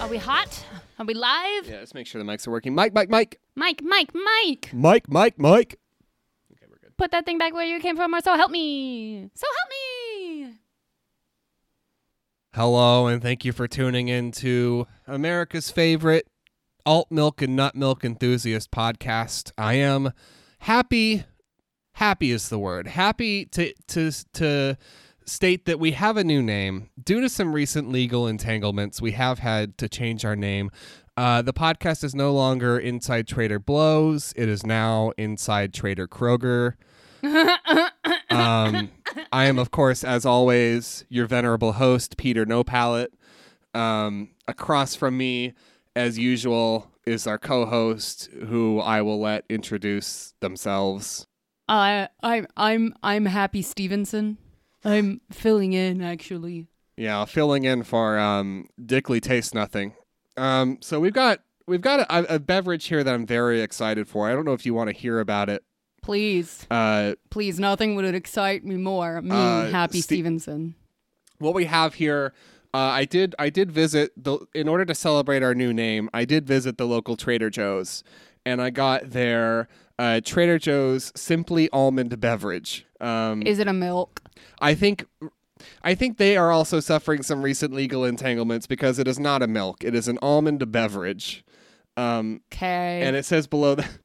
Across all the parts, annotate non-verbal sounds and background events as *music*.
Are we hot? Are we live? Yeah, let's make sure the mics are working. Mike, Mike, Mike. Mike, Mike, Mike! Mike, Mike, Mike. Okay, we're good. Put that thing back where you came from, or so help me! So help me! Hello, and thank you for tuning in to America's favorite alt milk and nut milk enthusiast podcast. I am happy. Happy is the word. Happy to to to state that we have a new name due to some recent legal entanglements. We have had to change our name. Uh, the podcast is no longer Inside Trader Blows. It is now Inside Trader *laughs* Kroger. Um, I am, of course, as always, your venerable host, Peter No Palette. Um, across from me, as usual, is our co host, who I will let introduce themselves. I, I'm, I'm, I'm Happy Stevenson. I'm filling in, actually. Yeah, filling in for um, Dickley Tastes Nothing. Um, so we've got. We've got a, a beverage here that I'm very excited for. I don't know if you want to hear about it. Please, Uh, please, nothing would excite me more. Me, Uh, Happy Ste- Stevenson. what we have here uh, I did I did visit the in order to celebrate our new name I did visit the local Trader Joe's and I got their uh, Trader Joe's simply almond beverage um, Is it a milk? I think I think they are also suffering some recent legal entanglements because it is not a milk it is an almond beverage um, Okay. and it says below *laughs* that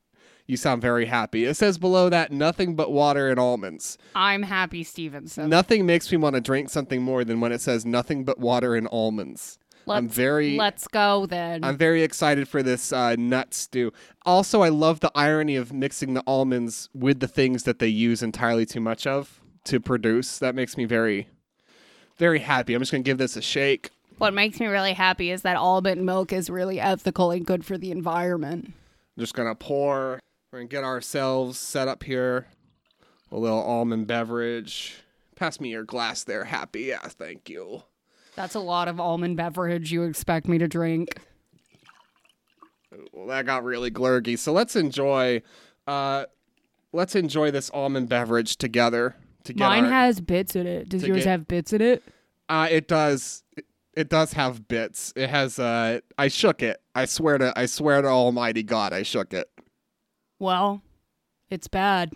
you sound very happy it says below that nothing but water and almonds I'm Happy Stevenson. Nothing makes me want to drink something more than when it says nothing but water and almonds. I'm Let's- very Let's go then. I'm very excited for this uh, nut stew. Also, I love the irony of mixing the almonds with the things that they use entirely too much of to produce. That makes me very very happy. I'm just going to give this a shake. what makes me really happy is that almond milk is really ethical and good for the environment. I'm just going to pour. We're going to get ourselves set up here. A little almond beverage. Pass me your glass there, happy. Yeah, thank you. That's a lot of almond beverage you expect me to drink. Well, that got really glurgy. So let's enjoy, uh, let's enjoy this almond beverage together. To get Mine our- has bits in it. Does to yours get- have bits in it? uh, it does, it, it does have bits. It has. Uh, I shook it. I swear to, I swear to Almighty God, I shook it. Well, it's bad.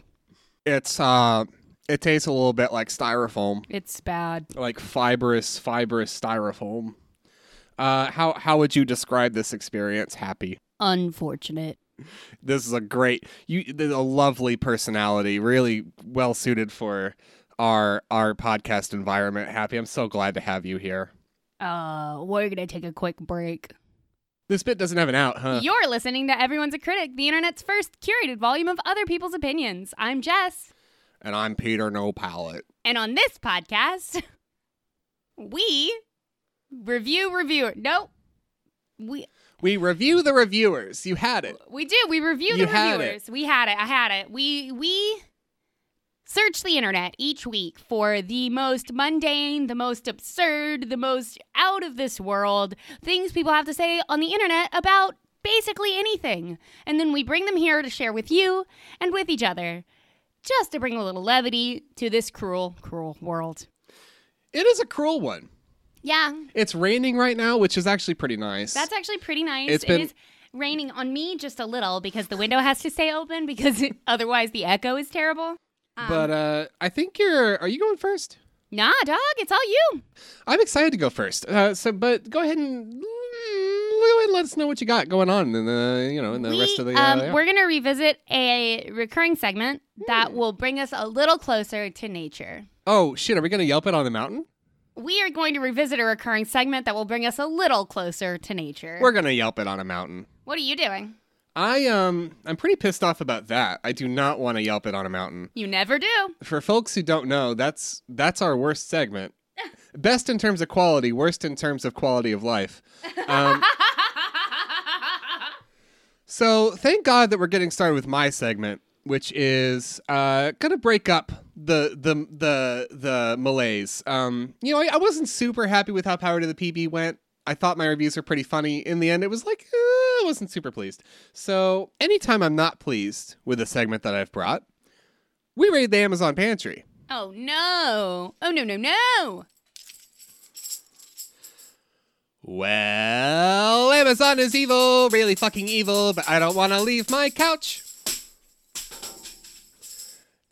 It's, uh, it tastes a little bit like styrofoam, It's bad. like fibrous, fibrous styrofoam. Uh, how how would you describe this experience? Happy. Unfortunate. this is a great you there's a lovely personality really well suited for our our podcast environment happy i'm so glad to have you here Uh, we're gonna take a quick break. this bit doesn't have an out huh You're listening to Everyone's a Critic, the internet's first curated volume of other people's opinions. I'm Jess, and i'm peter no palette and on this podcast, *laughs* we review review. Nope. We we review the reviewers you had it We do. We review the You had it. reviewers. We had it. I had it. We we search the internet each week for the most mundane, the most absurd, the most out of this world things people have to say on the internet about basically anything. And then we bring them here to share with you and with each other. Just to bring a little levity to this cruel, cruel world. it is a cruel one Yeah, it's raining right now which is actually pretty nice That's actually pretty nice. It's It been- is raining on me just a little because the window has to stay open because *laughs* it, otherwise the echo is terrible. Um, but uh i think you're are you going first nah, dog, it's all you. i'm excited to go first uh so but go ahead and mm, let us know what you got going on in the you know in the we, rest of the uh, um, yeah. We're going to revisit a recurring segment Hmm. that will bring us a little closer to nature. oh shit are we gonna yelp it on the mountain We are going to revisit a recurring segment that will bring us a little closer to nature. We're gonna yelp it on a mountain. what are you doing? I um I'm pretty pissed off about that. I do not want to yelp it on a mountain. You never do. For folks who don't know, that's that's our worst segment. Best in terms of quality, worst in terms of quality of life. Um, so thank God that we're getting started with my segment, which is uh, gonna break up the the the the malaise. Um, you know, I, I wasn't super happy with how Power to the PB went. I thought my reviews were pretty funny. In the end, it was like eh, I wasn't super pleased. So anytime I'm not pleased with a segment that I've brought, we raid the Amazon pantry. oh no! Oh no! No! No! Well, Amazon is evil, really fucking evil, but I don't want to leave my couch.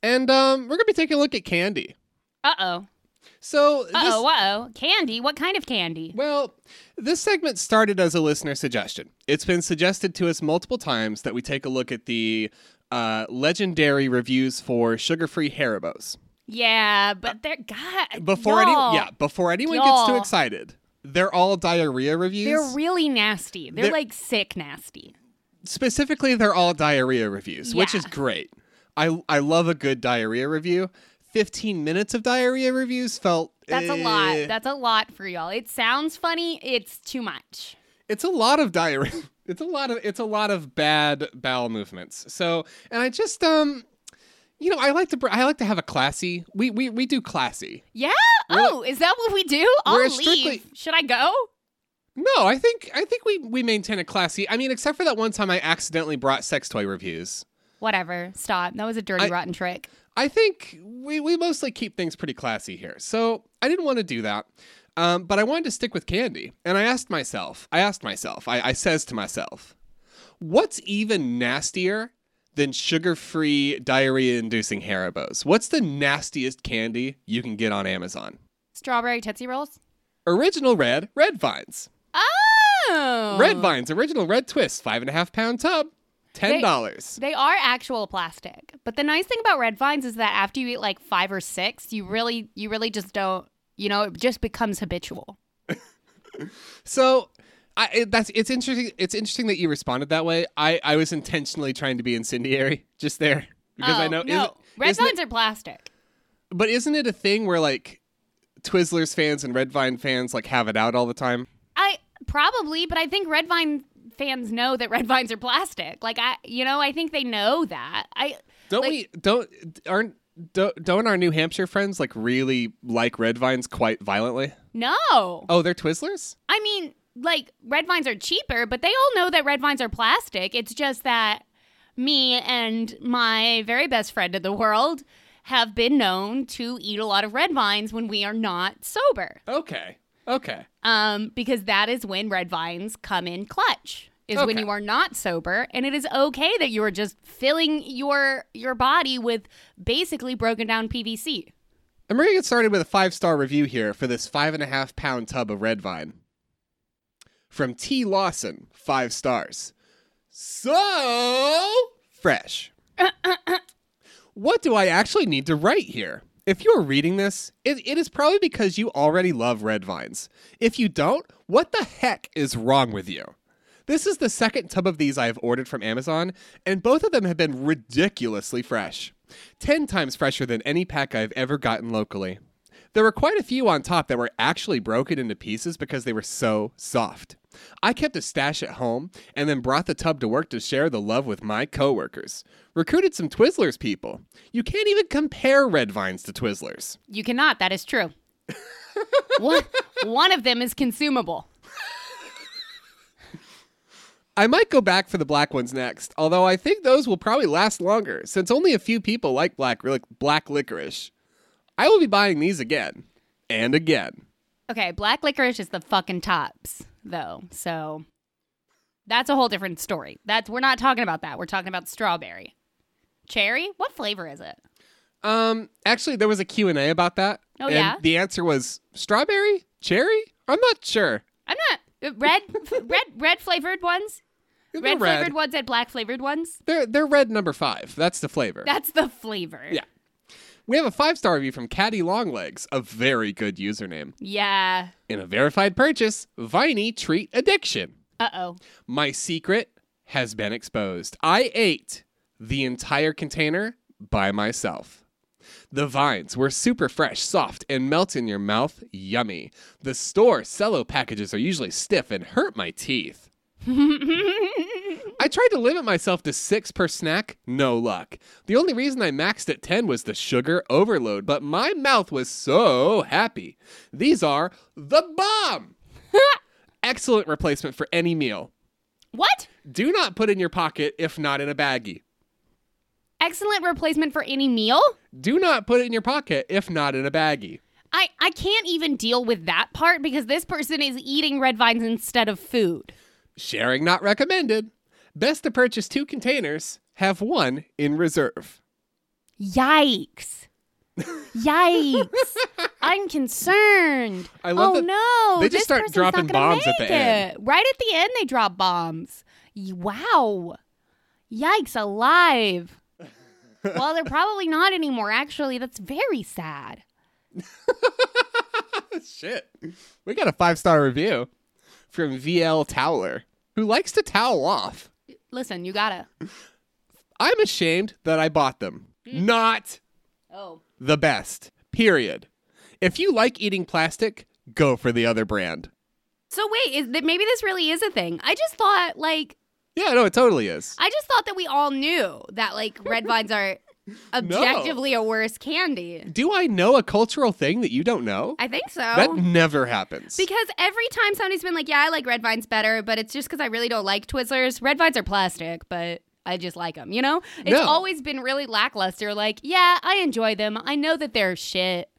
And um, we're gonna be taking a look at candy. Uh oh! So, Uh this, oh! Uh oh! Candy? What kind of candy? well, this segment started as a listener suggestion. It's been suggested to us multiple times that we take a look at the uh, legendary reviews for sugar-free Haribos. Yeah, but they're God. Uh, Before any, y'all, yeah, before anyone gets Y'all. too excited, they're all diarrhea reviews. they're really nasty. They're, They're- like sick nasty. specifically they're all diarrhea reviews which Yeah. is great i i love a good diarrhea review 15 minutes of diarrhea reviews felt That's a eh, lot. That's a lot for y'all. It sounds funny. It's too much. it's a lot of diarrhea *laughs* it's a lot of it's a lot of bad bowel movements so and i just um you know i like to br- i like to have a classy we we, we do classy Yeah. We're like- oh, is that what we do? We're I'll strictly- leave. Should I go? no i think i think we we maintain a classy i mean except for that one time i accidentally brought sex toy reviews Whatever. Stop. That was a dirty, I- rotten trick. I think we, we mostly keep things pretty classy here. So I didn't want to do that. Um, but I wanted to stick with candy. And I asked myself, I asked myself, I, I says to myself, what's even nastier than sugar free diarrhea inducing Haribos? What's the nastiest candy you can get on Amazon? Strawberry Tootsie Rolls? Original red, red vines. Oh. Red vines, original red twist, five and a half pound tub, $10. They are actual plastic. But the nice thing about red vines is that after you eat like five or six, you really, you really just don't, you know, it just becomes habitual. So I, it, that's it's interesting. It's interesting that you responded that way. I, I was intentionally trying to be incendiary just there because oh, I know. No. isn't- red isn't it- vines are plastic. but isn't it a thing where like Twizzlers fans and Red Vine fans like have it out all the time? I probably, but I think red vine fans know that red vines are plastic. Like I, you know, I think they know that. I Don't Like- we? Don't aren't don't, don't our New Hampshire friends like really like Red Vines quite violently? no. Oh, they're Twizzlers. I mean, like red vines are cheaper, but they all know that red vines are plastic. It's just that me and my very best friend in the world have been known to eat a lot of red vines when we are not sober. Okay. Okay. Um, because that is when red vines come in clutch. Is when Okay. you are not sober, and it is okay that you are just filling your your body with basically broken down PVC. And we're gonna get started with a five star review here for this five and a half pound tub of red vine. From T. Lawson, five stars. So fresh. what do I actually need to write here? If you're reading this, it, it is probably because you already love red vines. If you don't, what the heck is wrong with you? This is the second tub of these I have ordered from Amazon, and both of them have been ridiculously fresh. 10 times fresher than any pack I've ever gotten locally. There were quite a few on top that were actually broken into pieces because they were so soft. I kept a stash at home and then brought the tub to work to share the love with my coworkers. Recruited some Twizzlers people. You can't even compare red vines to Twizzlers. You cannot. That is true. one, one of them is consumable. I might go back for the black ones next, although I think those will probably last longer since only a few people like black li- black licorice. I will be buying these again and again. Okay, black licorice is the fucking tops, though. So that's a whole different story. That's we're not talking about that. We're talking about strawberry. Cherry? What flavor is it? Um, actually, there was a Q and A about that. Oh, and yeah? The answer was strawberry, cherry. I'm not sure. I'm not uh, *laughs* red red red flavored ones. They're Red, red. flavored ones and black flavored ones. They're they're red number five. That's the flavor. That's the flavor. Yeah. we have a five star review from Caddy Longlegs, a very good username. Yeah. In a verified purchase, Viney treat addiction. Uh oh. My secret has been exposed. I ate the entire container by myself. The vines were super fresh, soft, and melt in your mouth. Yummy. The store cello packages are usually stiff and hurt my teeth. I tried to limit myself to six per snack, no luck. The only reason I maxed at 10 was the sugar overload, but my mouth was so happy. These are the bomb! Excellent replacement for any meal. *laughs* What? Do not put in your pocket if not in a baggie. Excellent replacement for any meal? Do not put it in your pocket if not in a baggie. I, I can't even deal with that part because this person is eating red vines instead of food. Sharing not recommended. Best to purchase two containers, have one in reserve. *laughs* Yikes. Yikes. *laughs* I'm concerned. I love oh that no. they just this start person's dropping not gonna bombs at the make end. it. Right at the end they drop bombs. Y- Wow. Yikes *laughs* alive. well, they're probably not anymore actually. That's very sad. Shit. We got a five star review from VL Towler, who likes to towel off. Listen, you got to I'm ashamed that I bought them. Not Oh. the best. Period. If you like eating plastic, go for the other brand. So wait, is that maybe this really is a thing? I just thought like Yeah, no, it totally is. I just thought that we all knew that like red vines *laughs* are objectively a worse candy. Do I know a cultural thing that you don't know? I think so. That never happens. because every time somebody's been like, "Yeah, I like red vines better," but it's just because I really don't like Twizzlers. Red vines are plastic, but I just like them. You know, it's No. always been really lackluster. Like, yeah, I enjoy them. I know that they're shit.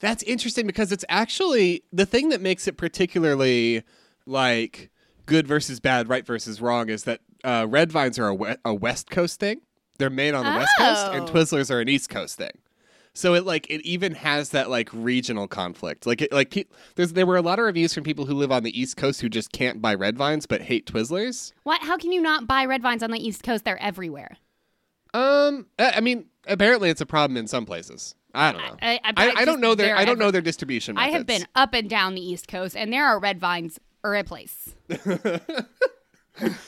That's interesting because it's actually the thing that makes it particularly like good versus bad, right versus wrong is that uh, red vines are a, we- a West Coast thing. They're made on the West Coast, and Oh. Twizzlers are an East Coast thing. So it like it even has that like regional conflict. Like it, like pe- there's there were a lot of reviews from people who live on the East Coast who just can't buy red vines but hate Twizzlers. What? How can you not buy red vines on the East Coast? They're everywhere. Um, I, I mean, apparently it's a problem in some places. I don't know. I- I- but I, it's I just don't know their they're I don't ever- know their distribution. I have methods. been up and down the East Coast, and there are red vines or a place.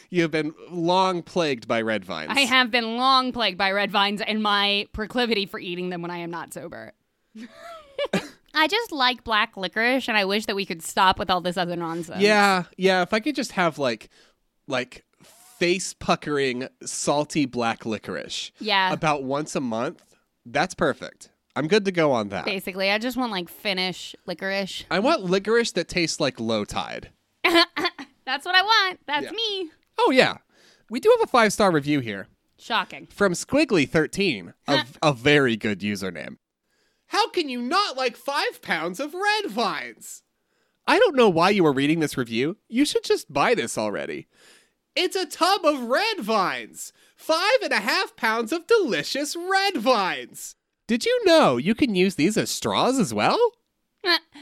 You have been long plagued by red vines. I have been long plagued by red vines and my proclivity for eating them when I am not *laughs* sober. *laughs* I just like black licorice, and I wish that we could stop with all this other nonsense. Yeah, yeah. If I could just have like, like face puckering salty black licorice Yeah. about once a month, that's perfect. I'm good to go on that. Basically, I just want like Finnish licorice. I want licorice that tastes like low tide. That's what I want. That's Yeah. me. Oh yeah, we do have a five star review here. Shocking. from Squiggly13, a, a very good username. How can you not like five pounds of red vines? I don't know why you were reading this review. You should just buy this already. It's a tub of red vines! Five and a half pounds of delicious red vines! Did you know you can use these as straws as well?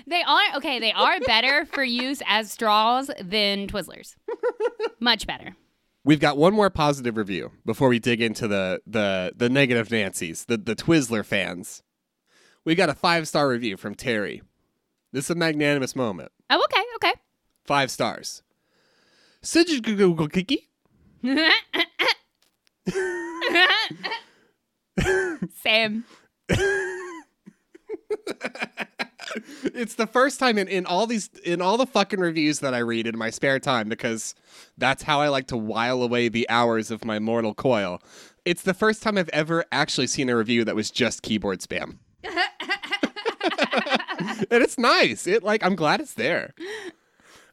They are okay. They are better *laughs* for use as straws than Twizzlers. Much better. We've got one more positive review before we dig into the the the negative Nancy's, the, the Twizzler fans. We got a five star review from Terry. This is a magnanimous moment. Oh, okay, okay. Five stars. Such a good- good- good cookie. *laughs* Sam. It's the first time in, in all these in all the fucking reviews that I read in my spare time because that's how I like to while away the hours of my mortal coil. It's the first time I've ever actually seen a review that was just keyboard spam. and it's nice. It like I'm glad it's there.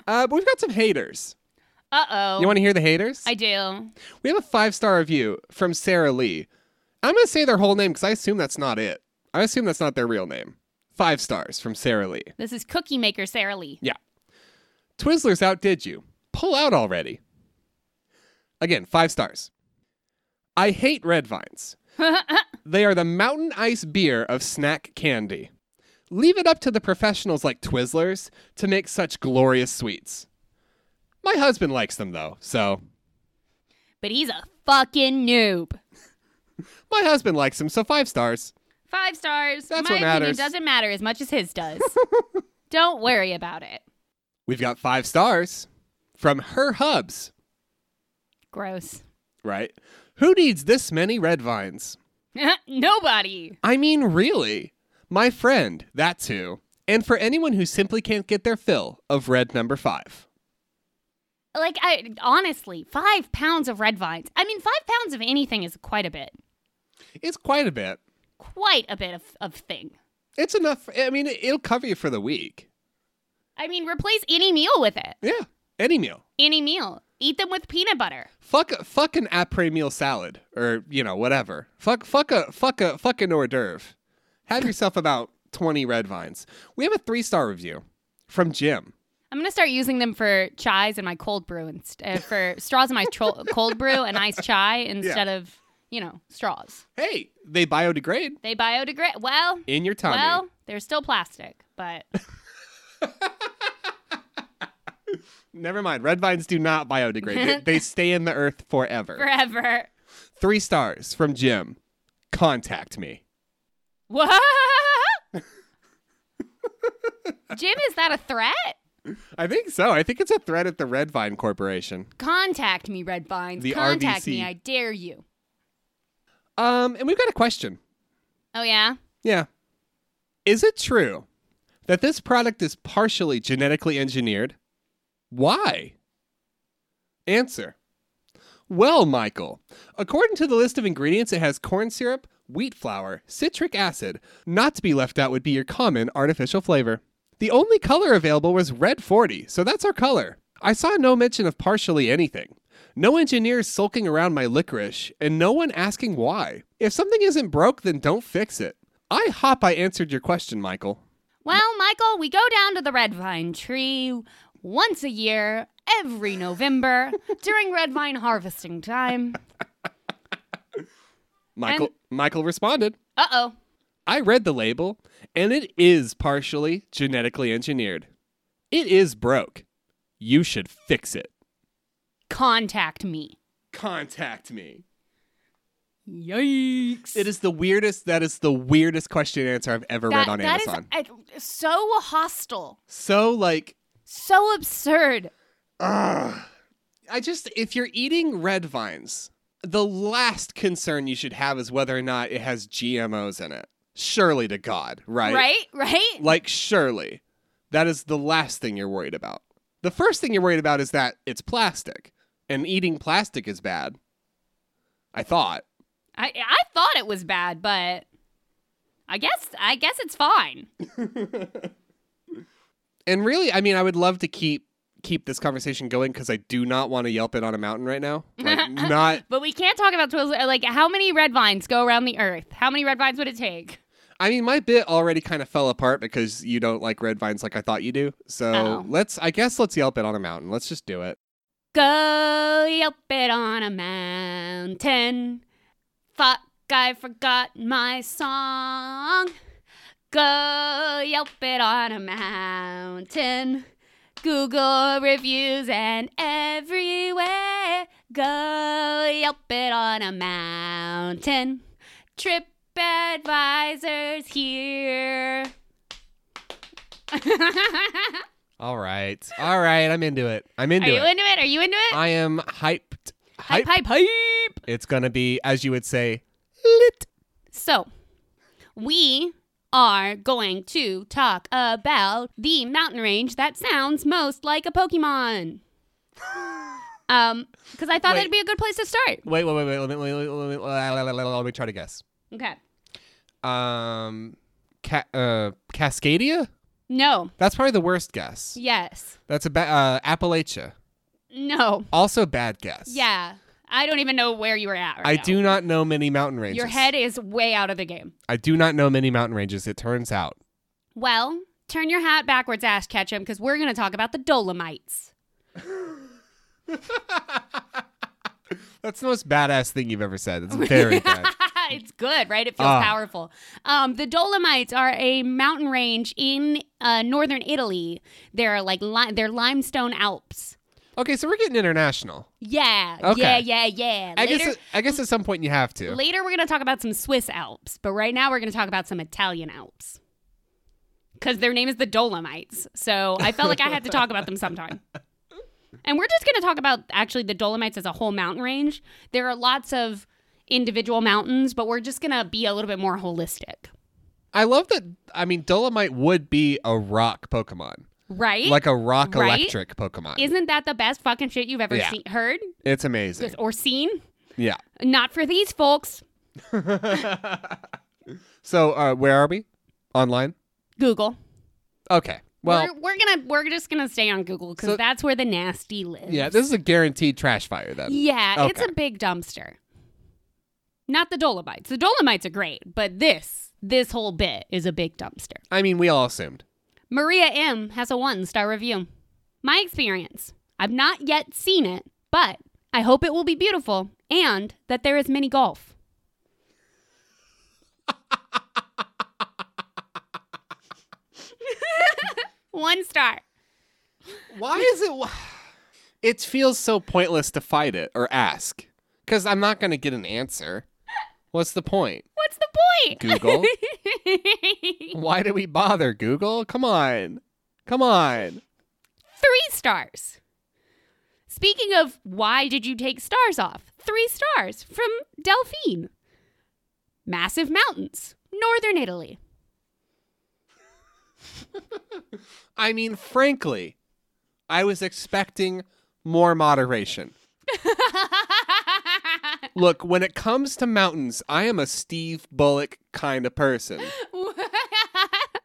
Uh, but we've got some haters. Uh oh. You want to hear the haters? I do. We have a five star review from Sarah Lee. I'm going to say their whole name because I assume that's not it. I assume that's not their real name. Five stars from Sarah Lee. This is Cookie Maker Sarah Lee. Yeah. Twizzlers outdid you. Pull out already. Again, five stars. I hate red vines. they are the mountain ice beer of snack candy. Leave it up to the professionals like Twizzlers to make such glorious sweets. My husband likes them though, so But he's a fucking noob. my husband likes them, so five stars. Five stars. That's My what opinion matters. doesn't matter as much as his *laughs* does. Don't worry about it. We've got five stars from her hubs, Gross. *laughs* right? Who needs this many red vines? Nobody. I mean, really. My friend, that's who. And for anyone who simply can't get their fill of red number five. Like I honestly, five pounds of red vines. I mean, five pounds of anything is quite a bit. It's quite a bit. Quite a bit of, of thing. It's enough. I mean, it'll cover you for the week. I mean, replace any meal with it. Yeah. Any meal. Any meal. Eat them with peanut butter. Fuck a fuck an après meal salad or you know whatever. Fuck fuck a fuck a fuck an hors d'oeuvre. Have yourself about twenty red vines. We have a three star review from Jim. I'm gonna start using them for chais in my cold brew and uh, for straws in my *laughs* tro- cold brew and iced chai instead of you know straws. Hey, they biodegrade They biodegrade. Well, in your tummy. well, they're still plastic, *laughs* but Never mind. Red vines do not biodegrade. they, they stay in the earth forever. *laughs* forever. Three stars from Jim. Contact me. What? Jim, is that a threat? I think so. I think it's a threat at the Red Vine Corporation. Contact me, Red Vines. The Contact RVC. me, I dare you. Um, and we've got a question. Oh yeah. Yeah. Is it true that this product is partially genetically engineered? Why? Answer. Well, Michael, according to the list of ingredients, it has corn syrup, wheat flour, citric acid. Not to be left out would be your common artificial flavor. The only color available was red 40, so that's our color. I saw no mention of partially anything. No engineers sulking around my licorice, and no one asking why. If something isn't broke, then don't fix it. I hop I answered your question, Michael. Well, Michael, we go down to the Red Vine tree once a year, every November, *laughs* during red vine harvesting time. Michael Michael responded. Uh oh. I read the label, and it is partially genetically engineered. It is broke. You should fix it. Contact me. Contact me. Yikes. It is the weirdest. That is the weirdest question and answer I've ever read on that is Amazon. uh, so hostile, so like, so absurd. ugh. I just if you're eating red vines, the last concern you should have is whether or not it has GMOs in it. Surely to God, right? Right? Right? Like surely, that is the last thing you're worried about. The first thing you're worried about is that it's plastic, and eating plastic is bad. I thought. I I thought it was bad, but I guess I guess it's fine. and really i mean i would love to keep keep this conversation going because i do not want to yelp it on a mountain right *laughs* now like not But we can't talk about twizzlers. Like, how many red vines go around the earth? How many red vines would it take? i mean my bit already kind of fell apart because you don't like red vines like i thought you do so Oh. let's i guess let's yelp it on a mountain let's just do it Go yelp it on a mountain. Fuck, I forgot my song. Go yelp it on a mountain. Google reviews and everywhere. Go yelp it on a mountain. Trip advisors here. *laughs* all right all right i'm into it i'm Are into you it into it? Are you into it? i am hyped Hype, hype, hype. it's gonna be as you would say lit So, we are going to talk about the mountain range that sounds most like a *gasps* Pokemon. Um, because I thought Wait. it'd be a good place to start. wait wait wait wait let me, let me, let me, let me, let me try to guess Okay. um ca- uh cascadia No. that's probably the worst guess Yes. That's a ba- uh, Appalachia. No. Also bad guess. Yeah. I don't even know where you were at. Right I now. do not know many mountain ranges. Your head is way out of the game. I do not know many mountain ranges. It turns out. Well, turn your hat backwards, Ash Ketchum, because we're going to talk about the Dolomites. That's the most badass thing you've ever said. *laughs* That's very bad. it's good, right? It feels Ah. powerful. Um, the Dolomites are a mountain range in uh, northern Italy. They're like li- they're limestone Alps. Okay, so we're getting international. Yeah, Okay. yeah, yeah, yeah. I later, guess. I guess at some point you have to. later we're gonna talk about some Swiss Alps, but right now we're gonna talk about some Italian Alps because their name is the Dolomites. So I felt like I had to talk about them *laughs* sometime. And we're just gonna talk about actually the Dolomites as a whole mountain range. There are lots of individual mountains, but we're just going to be a little bit more holistic. I love that. I mean, Dolomite would be a rock Pokemon, Right? like a rock Right? electric Pokemon. Isn't that the best fucking shit you've ever Yeah. seen, heard it's amazing. or seen? Yeah. Not for these folks. *laughs* So, uh, where are we? Online? Google. Okay. Well, we're, we're gonna we're just gonna stay on Google because So- that's where the nasty lives. yeah, this is a guaranteed trash fire then. yeah, it's Okay. a big dumpster. Not the Dolomites. The Dolomites are great, but this this whole bit is a big dumpster. I mean, we all assumed. Maria M has a one star review. My experience. I've not yet seen it, but I hope it will be beautiful and that there is mini golf. *laughs* one star. Why is it? It feels so pointless to fight it or ask because I'm not going to get an answer. What's the point? What's the point? *laughs* Google? Why do we bother, Google? Come on. Come on. three stars. Speaking of why did you take stars off? Three stars from Delphine. Massive mountains, northern Italy. I mean, frankly, I was expecting more moderation. Look, when it comes to mountains, I am a Steve Bullock kind of person.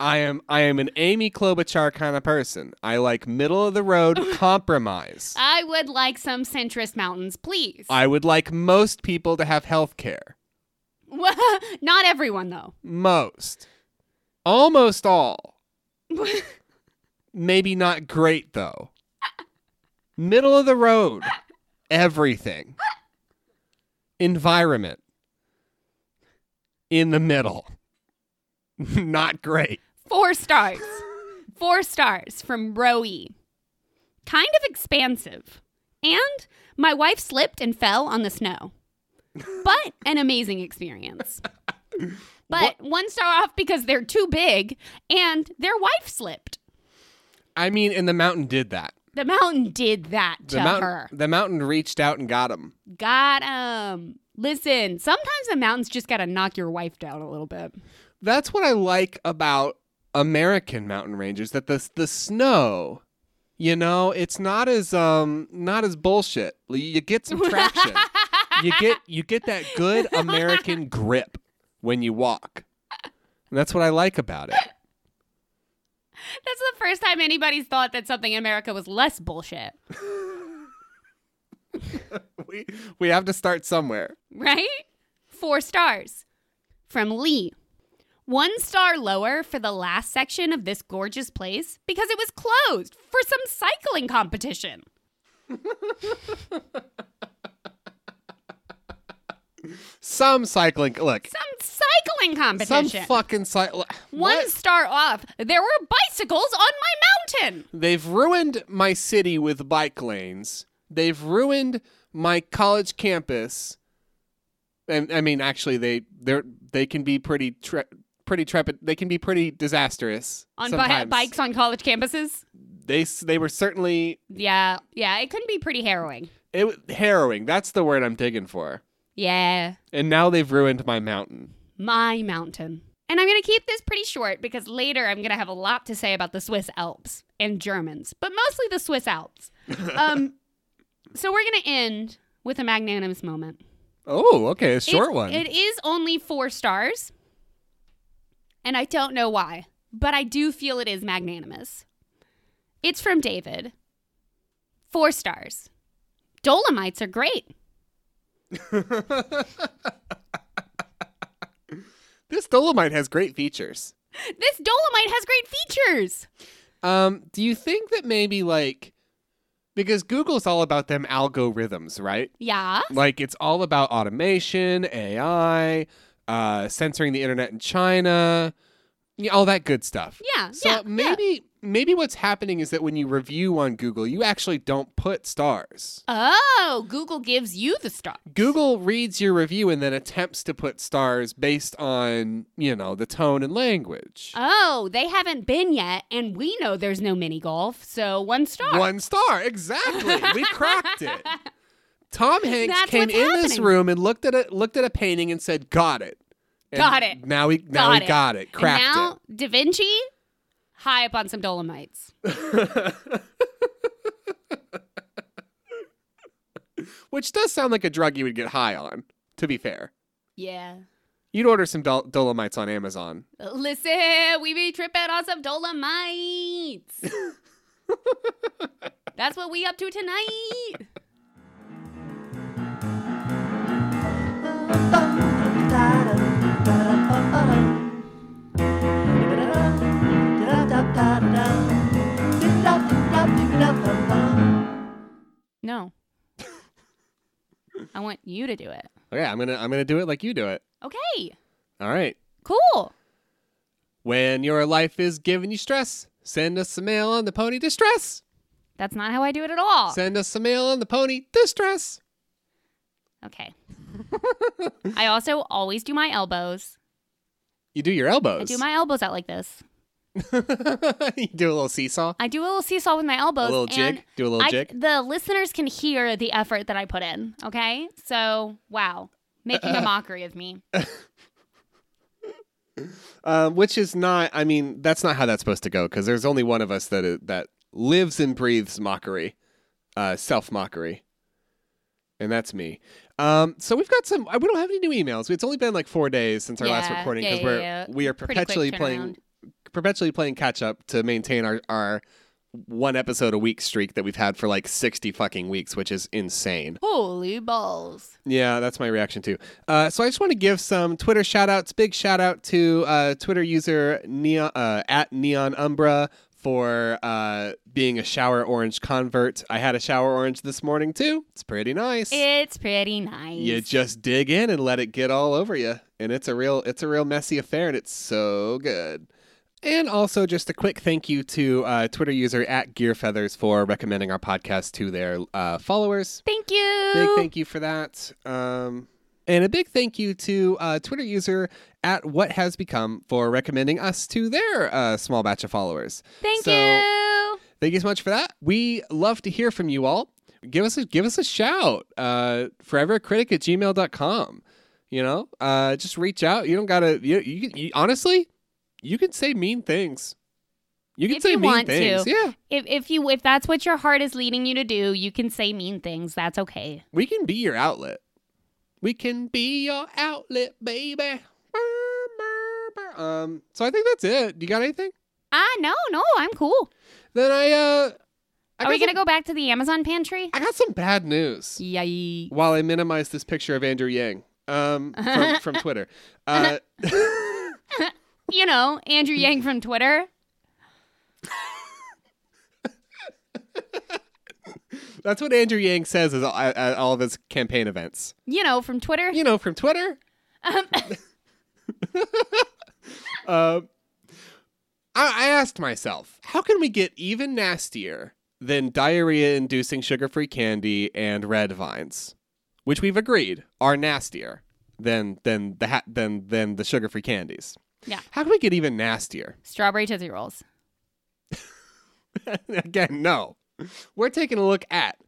I am I am an Amy Klobuchar kind of person. I like middle of the road compromise. I would like some centrist mountains, please. I would like most people to have health care. *laughs* Not everyone, though. Most. Almost *laughs* all. Maybe not great though. Middle of the road. Everything. Environment. In the middle. *laughs* not great. Four *laughs* stars. Four stars from Roe. E. Kind of expansive. And my wife slipped and fell on the snow. But an amazing *laughs* experience. But one star off because they're too big and their wife slipped. I mean, and the mountain did that. The mountain did that to The mountain her. the mountain reached out and got him. Got um listen, sometimes the mountains just gotta knock your wife down a little *laughs* bit. That's what I like about American mountain ranges that the the snow, you know, it's not as um not as bullshit. You- You get some *laughs* traction. you get you get that good American grip when you walk. And that's what I like about it. That's the first time anybody's thought that something in America was less bullshit. *laughs* We we have to start somewhere. right? Four stars from Lee. One star lower for the last section of this gorgeous place because it was closed for some cycling competition. Some cycling. Look, Some cycling some competition. fucking cycling. One star off. There were bicycles on my mountain. They've ruined my city with bike lanes. They've ruined my college campus. And I mean, actually, they they they can be pretty tre- pretty trepid. They can be pretty disastrous On bi- sometimes. bikes on college campuses. They s- they were certainly Yeah, yeah, it can be pretty harrowing. it was harrowing. That's the word I'm digging for. Yeah. And now they've ruined my mountain. my mountain. And I'm going to keep this pretty short because later I'm going to have a lot to say about the Swiss Alps and Germans, but mostly the Swiss *laughs* Alps. um, so we're going to end with a magnanimous moment. Oh, okay, a short It- one. It is only four stars. And I don't know why, but I do feel it is magnanimous. It's from David. Four stars. Dolomites are great. *laughs* this Dolomite has great features. This Dolomite has great features. Um, do you think that maybe like because Google's all about them algorithms, right? Yeah. Like it's all about automation, AI, uh, censoring the internet in China, yeah, all that good stuff. Yeah. So yeah, yeah. maybe maybe what's happening is that when you review on Google, you actually don't put stars. Oh, Google gives you the star. Google reads your review and then attempts to put stars based on, you know, the tone and language. Oh, they haven't been yet, and we know there's no mini golf, so one star. *laughs* One star, exactly. We cracked it. Tom Hanks That's came in what's this happening. room and looked at it, looked at a painting and said, "Got it, And Got it. Now he now Got he it. got it, And cracked now, it. Da Vinci, high up on some dolomites. *laughs* Which does sound like a drug you would get high on. To be fair, *laughs* Yeah. you'd order some dol- dolomites on Amazon. Listen, we be tripping on some *laughs* dolomites. That's what we up to tonight. *laughs* No. I want you to do it. Okay, Oh, I'm gonna I'm gonna do it like you do it. Okay. All right. Cool. When your life is giving you stress, send us a mail on the pony distress. That's not how I do it at all. Send us a mail on the pony distress. Okay. I also always do my elbows. You do your elbows. I do my elbows out like this. *laughs* you do a little seesaw, I do a little seesaw with my a elbows. little and jig, do a little I- jig. the listeners can hear the effort that I put in. Okay. So, wow. Making *laughs* a mockery of me. Um, which is not. I mean, that's not how that's supposed to go. Because there's only one of us that that lives and breathes mockery, uh, self mockery, and that's me. Um, so we've got some. We don't have any new emails. It's only been like four days since our last Yeah, recording yeah, because yeah, we're yeah. we are Pretty quick perpetually playing turnaround. perpetually playing catch up to maintain our our one episode a week streak that we've had for like sixty fucking weeks, which is insane. Holy balls. Yeah, that's my reaction too. Uh, so I just want to give some Twitter shout outs. Big shout out to uh, Twitter user Neon, uh, at Neon Umbra for uh, being a shower orange convert. I had a shower orange this morning too. It's pretty nice. It's pretty nice. you just dig in and let it get all over you, and it's a real it's a real messy affair, and it's so good. And also, just a quick thank you to uh, Twitter user at Gearfeathers for recommending our podcast to their uh, followers. Thank you. Big thank you for that. Um, and a big thank you to uh, Twitter user at What Has Become for recommending us to their uh, small batch of followers. Thank So- you. Thank you so much for that. We love to hear from you all. Give us a, give us a shout. Uh, forevercritic at gmail.com. You know, uh, just reach out. You don't gotta. You, you, can- you honestly, you can say mean things. You can If say you mean want to. things. Yeah, If, if you if that's what your heart is leading you to do, you can say mean things. That's okay. We can be your outlet. We can be your outlet, baby. Um, so I think that's it. You got anything? Ah, no, no, I'm cool. Then I uh, I Are we got gonna some- go back to the Amazon pantry? I got some bad news. Yay! While I minimize this picture of Andrew Yang, um, from, from Twitter, uh, *laughs* You know, Andrew Mm-hmm. Yang from Twitter. that's what Andrew Yang says is all, at at all of his campaign events. You know, from Twitter. You know, from Twitter. *laughs* Um, I, I asked myself, how can we get even nastier than diarrhea inducing sugar free candy and red vines, which we've agreed are nastier than than the ha- than than the sugar free candies? Yeah. How can we get even nastier? Strawberry Tootsie Rolls. *laughs* Again, no. We're taking a look at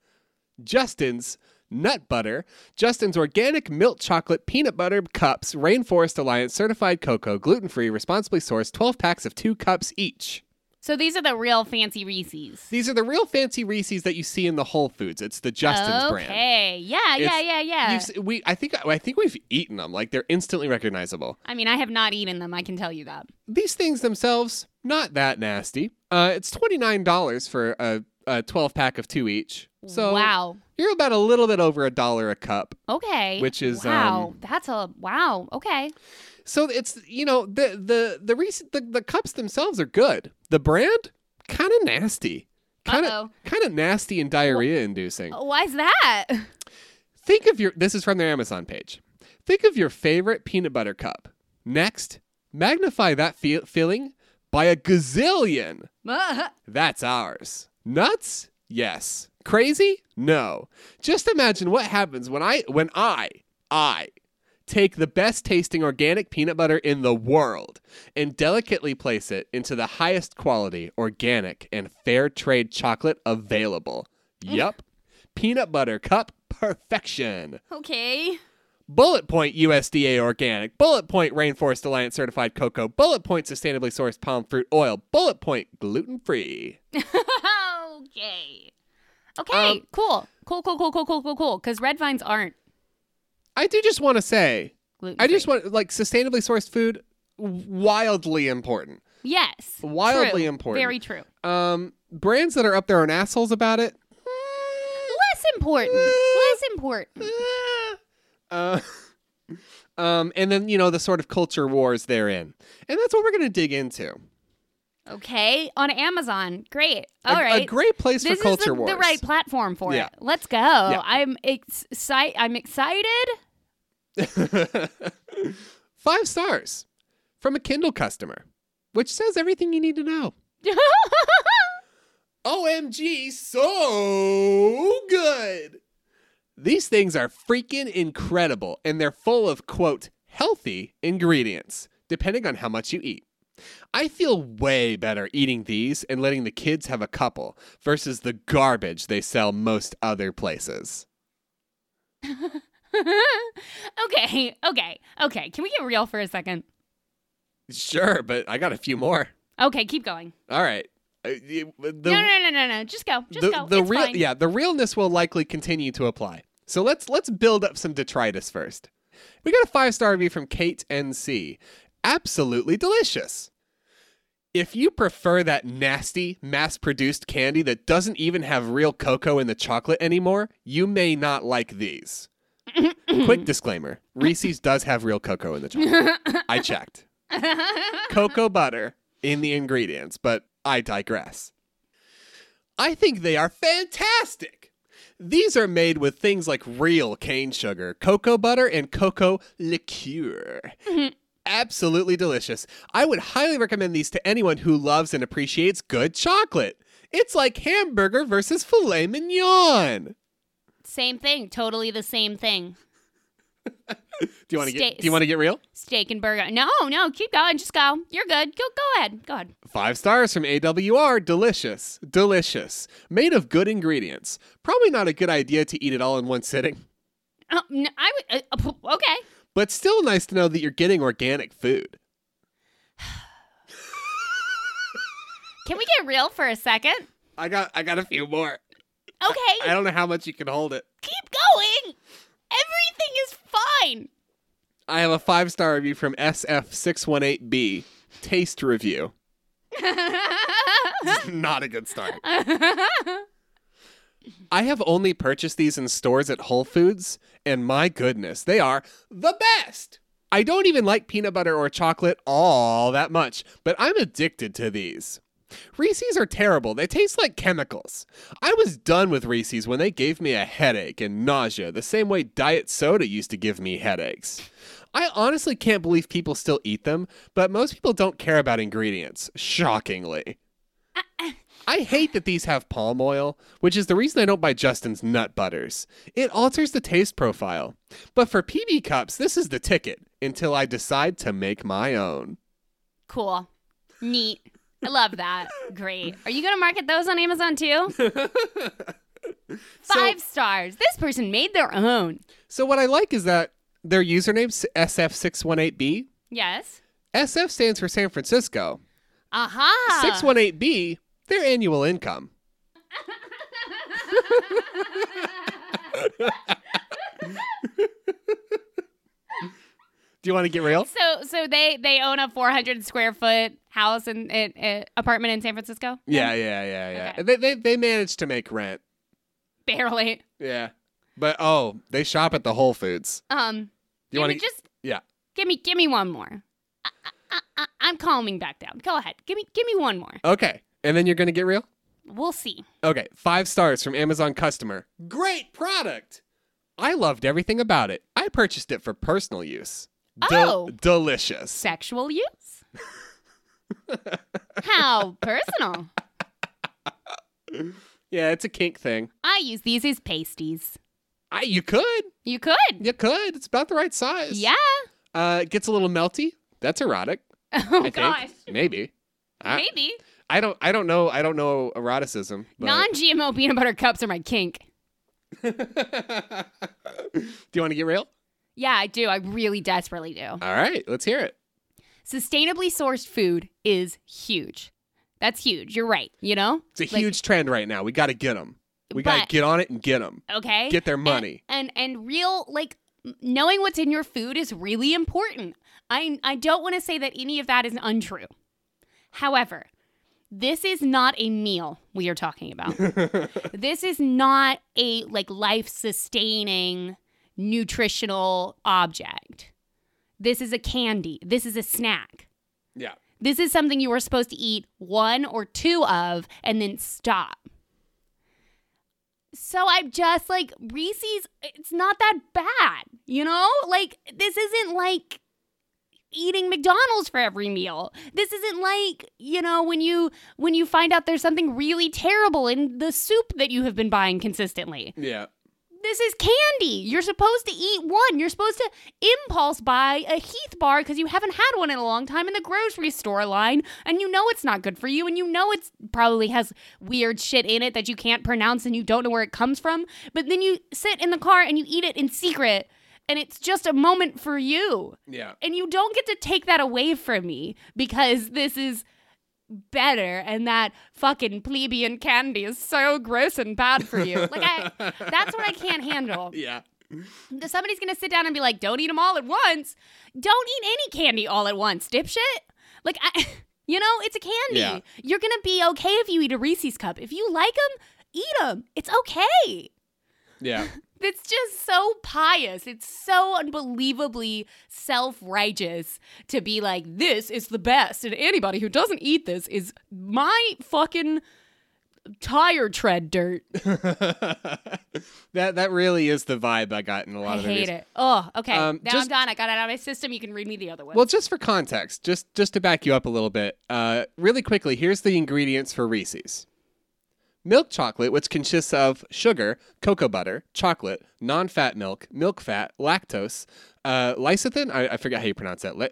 Justin's nut butter, Justin's organic milk chocolate peanut butter cups, Rainforest Alliance certified cocoa, gluten free, responsibly sourced, 12 packs of two cups each. So these are the real fancy Reese's. These are the real fancy Reese's that you see in the Whole Foods. It's the Justin's brand. okay. Yeah, yeah, It's- yeah, yeah. You've, s- we, I think, I think we've eaten them. Like they're instantly recognizable. I mean, I have not eaten them. I can tell you that. These things themselves, not that nasty. Uh, it's twenty nine dollars for a, a twelve pack of two each. So wow. you're about a little bit over a dollar a cup. Okay. which is, wow. um, That's a wow. Okay. So it's you know the the the recent the, the cups themselves are good. The brand kind of nasty, kind of Uh-oh. oh. kind of nasty and diarrhea inducing. Why's that? *laughs* Think of your this is from their Amazon page. Think of your favorite peanut butter cup. Next, magnify that feel filling by a gazillion. That's ours. Nuts? Yes. Crazy? No. Just imagine what happens when I when I I take the best tasting organic peanut butter in the world and delicately place it into the highest quality organic and fair trade chocolate available. Yup. Peanut butter cup perfection. Okay. *laughs* Bullet point USDA organic. Bullet point Rainforest Alliance certified cocoa. Bullet point sustainably sourced palm fruit oil. Bullet point gluten free. okay. Okay. Um, cool. Cool. Cool. Cool. Cool. Cool. Cool. Cool. Because red vines aren't I do just want to say, gluten. I just want like sustainably sourced food wildly important. Yes. Wildly True. important. Very true. Um brands that are up their own assholes about it. *laughs* Less important. Mm. Less important. Uh, um and then you know the sort of culture wars therein. And that's what we're going to dig into. Okay. On Amazon. Great. A- All a, right. great place this for culture is the, wars. the right platform for Yeah. it. Let's go. I'm excited. I'm excited. *laughs* *laughs* Five stars from a Kindle customer, which says everything you need to know. OMG, so good. These things are freaking incredible, and they're full of, quote, healthy ingredients, depending on how much you eat. I feel way better eating these and letting the kids have a couple versus the garbage they sell most other places. okay. Okay. Okay. Can we get real for a second? Sure, but I got a few more. Okay. Keep going. All right. Uh, you- the- no, no, no, no, no. Just go. Just the, go. the it's real fine. yeah the realness will likely continue to apply so let's let's build up some detritus first we got a five star review from kate nc absolutely delicious if you prefer that nasty mass produced candy that doesn't even have real cocoa in the chocolate anymore you may not *coughs* like these quick disclaimer reese's does have real cocoa in the chocolate *laughs* i checked cocoa butter in the ingredients, but I digress. I think they are fantastic. These are made with things like real cane sugar, cocoa butter, and cocoa liqueur. Absolutely delicious. I would highly recommend these to anyone who loves and appreciates good chocolate. It's like hamburger versus filet mignon. same thing. Totally the same thing. Do you want to Stay- get? Do you want to get real? Steak and burger. No, no. Keep going. Just go. You're good. Go. Go ahead. Go ahead. Five stars from AWR. Delicious. Delicious. Made of good ingredients. Probably not a good idea to eat it all in one sitting, Oh, no, I would. Uh, p- okay. but still nice to know that you're getting organic food. Can we get real for a second? I got I got a few more. Okay. I don't know how much you can hold it. keep going. Everything is fine. I have a five star review from SF618B. Taste review. *laughs* not a good start. I have only purchased these in stores at Whole Foods, and my goodness, they are the best! I don't even like peanut butter or chocolate all that much, but I'm addicted to these. Reese's are terrible. They taste like chemicals. I was done with Reese's when they gave me a headache and nausea, the same way diet soda used to give me headaches. I honestly can't believe people still eat them, but most people don't care about ingredients, shockingly. I hate that these have palm oil, which is the reason I don't buy Justin's nut butters. It alters the taste profile. But for PB cups, this is the ticket until I decide to make my own. *laughs* cool. Neat. I love that. Great. Are you going to market those on Amazon *laughs* too? Five stars. This person made their own. So what I like is that their username's SF618B. Yes. SF stands for San Francisco. Aha. 618B, their annual income. *laughs* Do you want to get real? So, so they they own a 400 square foot house and in, in- apartment in San Francisco. Yeah, yeah, yeah, yeah. Okay. They, they they managed to make rent. Barely. Yeah. But oh, they shop at the Whole Foods. Um. You give wanna- me just Yeah. give me give me one more. I, I, I, I'm calming back down. Go ahead. Give me give me one more. Okay. And then you're going to get real? We'll see. Okay. 5 stars from Amazon customer. Great product. I loved everything about it. I purchased it for personal use. Oh. delicious. Sexual use. *laughs* How personal. Yeah, it's a kink thing. I use these as pasties. I, you could. You could. You could. It's about the right size. Yeah. Uh, it gets a little melty. That's erotic. Oh I think. gosh. Maybe. I- Maybe. I don't I don't know I don't know eroticism. but- Non GMO peanut butter cups are my kink. *laughs* Do you want to get real? Yeah, I do. I really desperately do. All right, let's hear it. Sustainably sourced food is huge. That's huge. You're right. You know? It's a Like- huge trend right now. We got to get them. We got to But- get on it and get them. Okay. Get their money. And and, and real like m- knowing what's in your food is really important. I I don't want to say that any of that is untrue. However, this is not a meal we are talking *laughs* about. this is not a like life sustaining nutritional object. This is a candy. This is a snack. Yeah. This is something you are supposed to eat one or two of and then stop. So I'm just like, Reese's, it's not that bad, you know? Like, this isn't like eating McDonald's for every meal. This isn't like, you know, when you when you find out there's something really terrible in the soup that you have been buying consistently. Yeah. This is candy. You're supposed to eat one. You're supposed to impulse buy a Heath bar because you haven't had one in a long time in the grocery store line, and you know it's not good for you, and you know it's probably has weird shit in it that you can't pronounce and you don't know where it comes from. But then you sit in the car and you eat it in secret, and it's just a moment for you. Yeah. And you don't get to take that away from me because this is better and that fucking plebeian candy is so gross and bad for you. Like I that's what I can't handle. Yeah. Somebody's going to sit down and be like, "Don't eat them all at once. Don't eat any candy all at once, dipshit." Like I *laughs* you know, it's a candy. Yeah. You're going to be okay if you eat a Reese's cup. If you like them, eat them. It's okay. Yeah. It's just so pious. It's so unbelievably self righteous to be like, this is the best. And anybody who doesn't eat this is my fucking tire tread *laughs* dirt. *laughs* that that really is the vibe I got in a lot I of the hate music. it. Oh, okay. Um, now just- I'm done. I got it out of my system. You can read me the other one. Well, just for context, just just to back you up a little bit, uh, really quickly, here's the ingredients for Reese's: milk chocolate, which consists of sugar, cocoa butter, chocolate, non-fat milk, milk fat, lactose, uh, lecithin. I, I forget how you pronounce that. Le-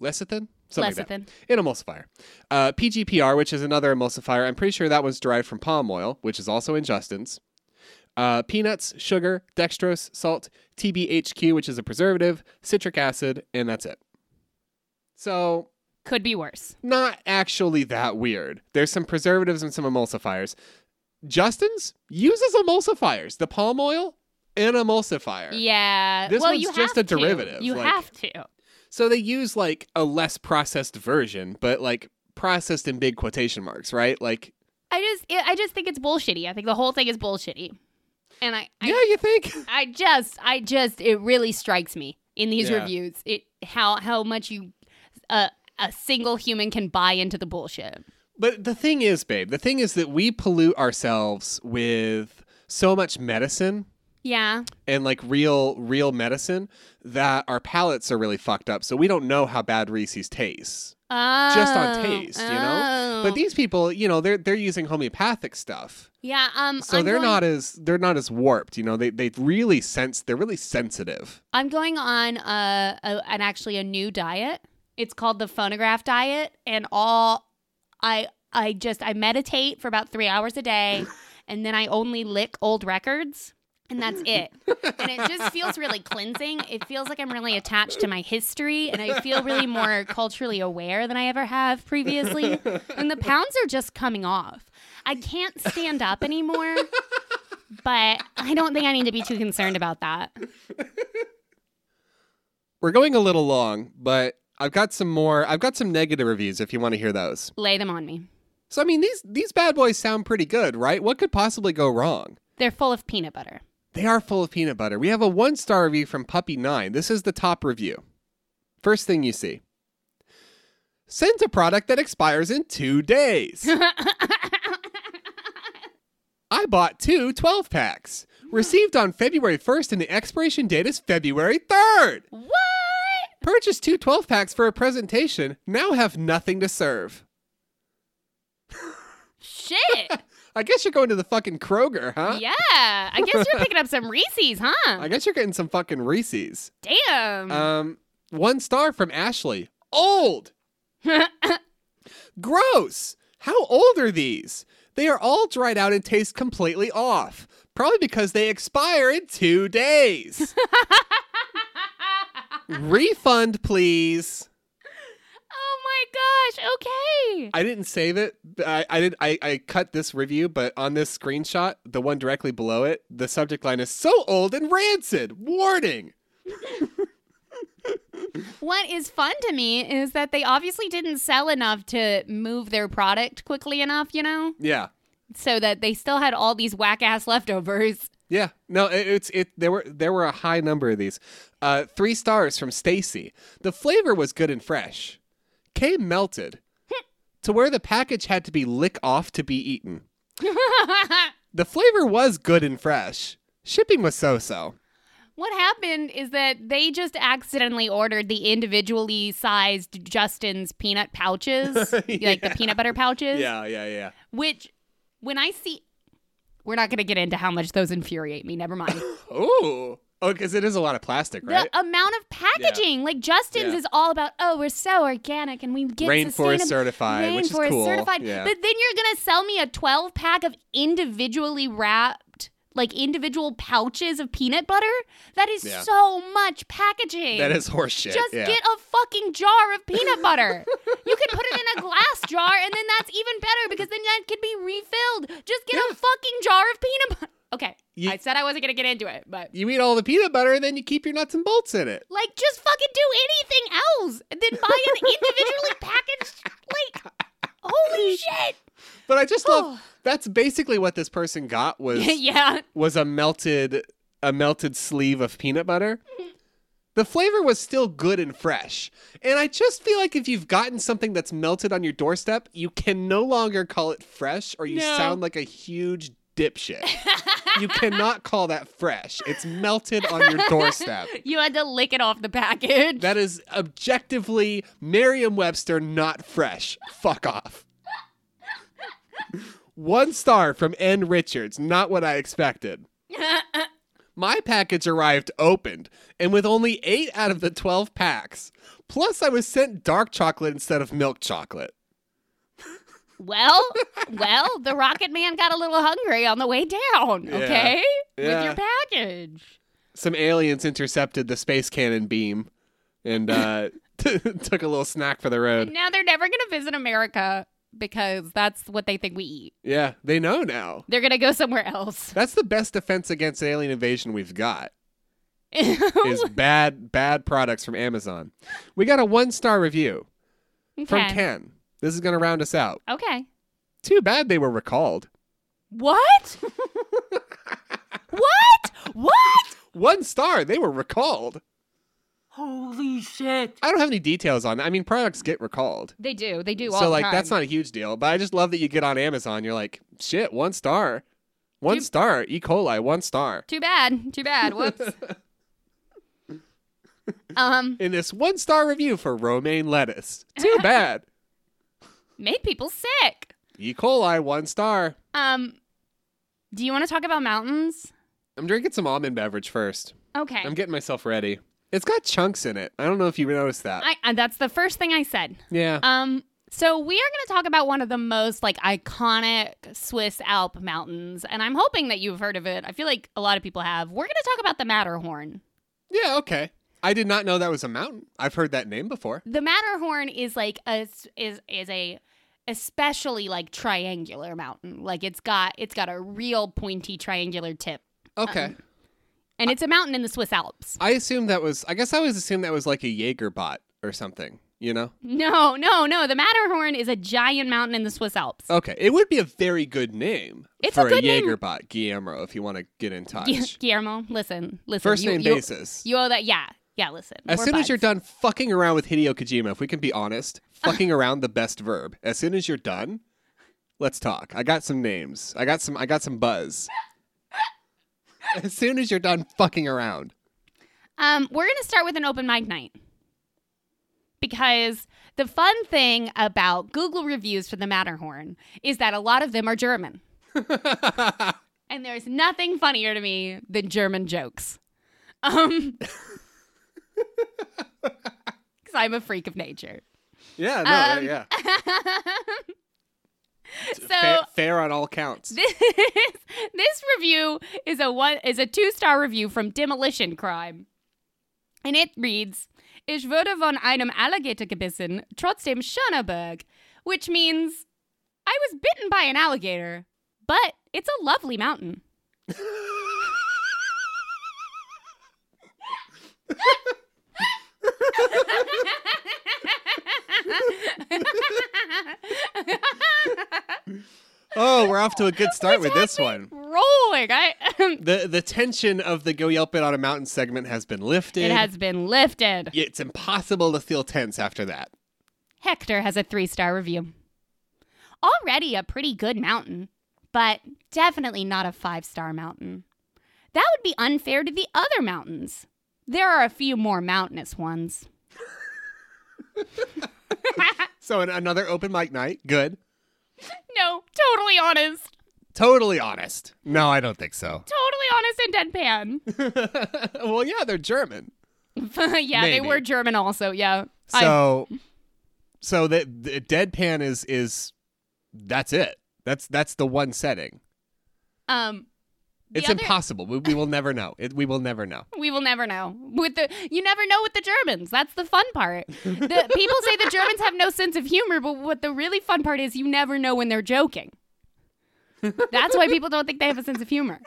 lecithin. Something Like that. Lecithin. An emulsifier. Uh, PGPR, which is another emulsifier. I'm pretty sure that one's derived from palm oil, which is also in Justin's uh, peanuts, sugar, dextrose, salt, TBHQ, which is a preservative, citric acid, and that's it. So, Could be worse. not actually that weird. There's some preservatives and some emulsifiers. Justin's uses emulsifiers, the palm oil and emulsifier. Yeah. This well, one's you just have a to. derivative, You like- have to. So they use like a less processed version, but like processed in big quotation marks, right? Like, I just, I just think it's bullshitty. I think the whole thing is bullshitty. And I, I yeah, you think? *laughs* I just, I just, it really strikes me in these Yeah. reviews it how how much you uh, a single human can buy into the bullshit. But the thing is, babe, the thing is that we pollute ourselves with so much medicine Yeah, and like real real medicine that our palates are really fucked up so we don't know how bad Reese's tastes oh, just on taste you know but oh. these people you know they're they're using homeopathic stuff yeah, um, so I'm they're going, not as they're not as warped you know they they really sense they're really sensitive I'm going on a, a an actually a new diet. It's called the phonograph diet, and all I I just I meditate for about three hours a day, and then I only lick old records. And that's it. And it just feels really cleansing. It feels like I'm really attached to my history and I feel really more culturally aware than I ever have previously. And the pounds are just coming off. I can't stand up anymore, but I don't think I need to be too concerned about that. we're going a little long but i've got some more i've got some negative reviews if you want to hear those Lay them on me. so i mean these these bad boys sound pretty good right what could possibly go wrong They're full of peanut butter. They are full of peanut butter. We have a one star review from Puppy9. This is the top review. First thing you see sent a product that expires in two days. I bought two 12 packs. Received on February 1st, and the expiration date is February 3rd. What? Purchased two 12 packs for a presentation. Now have nothing to serve. Shit. I guess you're going to the fucking Kroger, *laughs* huh? Yeah. I guess you're picking up some Reese's, I huh? guess you're getting some fucking Reese's. Damn. Um, one star from Ashley. Old. Gross! How old are these? They are all dried out and taste completely off, probably because they expire in two days. Refund, please. *laughs* oh my gosh. Okay. I didn't save it. but I, I did. I, I cut this review, but on this screenshot, the one directly below it, the subject line is so old and rancid. Warning. What is fun to me is that they obviously didn't sell enough to move their product quickly enough, you know? Yeah. So that they still had all these whack ass leftovers. *laughs* Yeah, no, it, it's it. There were there were a high number of these. Uh, three stars from Stacy. The flavor was good and fresh. Came melted to where the package had to be lick off to be eaten. The flavor was good and fresh. Shipping was so so. What happened is that they just accidentally ordered the individually sized Justin's peanut *laughs* pouches, like the peanut butter pouches. yeah, yeah. Which, when I see, we're not going to get into how much those infuriate me. Never *laughs* mind. Ooh. Oh, because it is a lot of plastic, right? The amount of packaging, like Justin's, Yeah. is all about. Oh, we're so organic, and we get Rainforest sustainab- certified, which is Rainforest cool. certified. Yeah. But then you're gonna sell me a 12 pack of individually wrapped, like individual pouches of peanut butter. That is Yeah. so much packaging. that is horseshit. Just yeah. get a fucking jar of peanut butter. you can put it in a glass jar, and then that's even better because then that can be refilled. Just get a fucking jar of peanut butter. Okay, You- I said I wasn't gonna get into it, but you eat all the peanut butter and then you keep your nuts and bolts in it. like, just fucking do anything else than buy an *laughs* individually packaged. Like, *laughs* holy shit! But I just love. Oh. That's basically what this person got was *laughs* yeah, was a melted a melted sleeve of peanut butter. The flavor was still good and fresh. And I just feel like if you've gotten something that's melted on your doorstep, you can no longer call it fresh or you No. sound like a huge dipshit. you cannot call that fresh. It's melted on your doorstep. you had to lick it off the package. That is objectively Merriam Webster not fresh. Fuck off. One star from N. Richards, not what I expected. My package arrived opened and with only eight out of the 12 packs. Plus, I was sent dark chocolate instead of milk chocolate. *laughs* well, well, the Rocket Man got a little hungry on the way down. Yeah. Okay, with Yeah. your package. Some aliens intercepted the space cannon beam and uh, *laughs* took a little snack for the road. Now they're never gonna visit America because that's what they think we eat. Yeah, they know now. They're gonna go somewhere else. *laughs* That's the best defense against alien invasion we've got. is *laughs* *laughs* okay. bad bad products from Amazon. We got a one star review from Ken. This is going to round us out. okay. Too bad they were recalled. *laughs* What? what? What? One star, they were recalled. Holy shit. I don't have any details on that. I mean, products get recalled. They do. They do all So the like time. that's not a huge deal, but I just love that you get on Amazon, you're like, "Shit, one star." One Dude. star, E. coli, one star. too bad. Too bad. Whoops. *laughs* um, In this one star review for romaine lettuce. *laughs* Too bad. made people sick. E. coli, one star. Um, do you want to talk about mountains? I'm drinking some almond beverage first. Okay. I'm getting myself ready. It's got chunks in it. I don't know if you noticed that. I, and that's the first thing I said. yeah. Um, so we are going to talk about one of the most like iconic Swiss Alp mountains, and I'm hoping that you've heard of it. I feel like a lot of people have. We're going to talk about the Matterhorn. yeah, okay. I did not know that was a mountain. I've heard that name before. The Matterhorn is like a is is a especially like triangular mountain. Like it's got it's got a real pointy triangular tip. Okay. Um, And it's a mountain in the Swiss Alps. I assumed that was I guess I always assumed that was like a Jaeger bot or something, you know? No, no, no. The Matterhorn is a giant mountain in the Swiss Alps. Okay. It would be a very good name It's a for a, good name. Jaeger bot, Guillermo, if you want to get in touch. Gu- Guillermo, listen, listen. First you, name you, basis. You owe that. Yeah, yeah. Listen. as we're soon as you're buds. done fucking around with Hideo Kojima, if we can *laughs* be honest, fucking around the best verb. As soon as you're done, let's talk. I got some names. I got some I got some buzz. *laughs* as soon as you're done fucking *laughs* around. Um, we're gonna start with an open mic night because the fun thing about Google reviews for the Matterhorn is that a lot of them are German, and there's nothing funnier to me than German jokes. Um, *laughs* because I'm a freak of nature. Yeah, no, *laughs* Um, yeah, yeah. So- fair, fair on all counts. This *laughs* this review is a one is a two star review from Demolition Crime, and it reads: "Ich wurde von einem Alligator gebissen, trotzdem Schöneberg," which means I was bitten by an alligator, but it's a lovely mountain. Oh, we're off to a good start with this one. Rolling, I. *laughs* The the tension of the go yelp it on a mountain segment has been lifted. It has been lifted. It's impossible to feel tense after that. Hector has a three star review. Already a pretty good mountain, but definitely not a five star mountain. That would be unfair to the other mountains. There are a few more mountainous ones. So an- another open mic night. Good. No, totally honest. Totally honest. No, I don't think so. Totally honest and *laughs* well, yeah, they're German. deadpan. *laughs* yeah, they Maybe. were German also. Yeah. I- So so that the deadpan is is that's it. That's that's the one setting. um, the It's other- impossible. We, we will never know. It, we will never know. We will never know. With the you never know with the Germans. That's the fun part. The, people say the Germans have no sense of humor, but what the really fun part is, you never know when they're joking. That's why people don't think they have a sense of humor.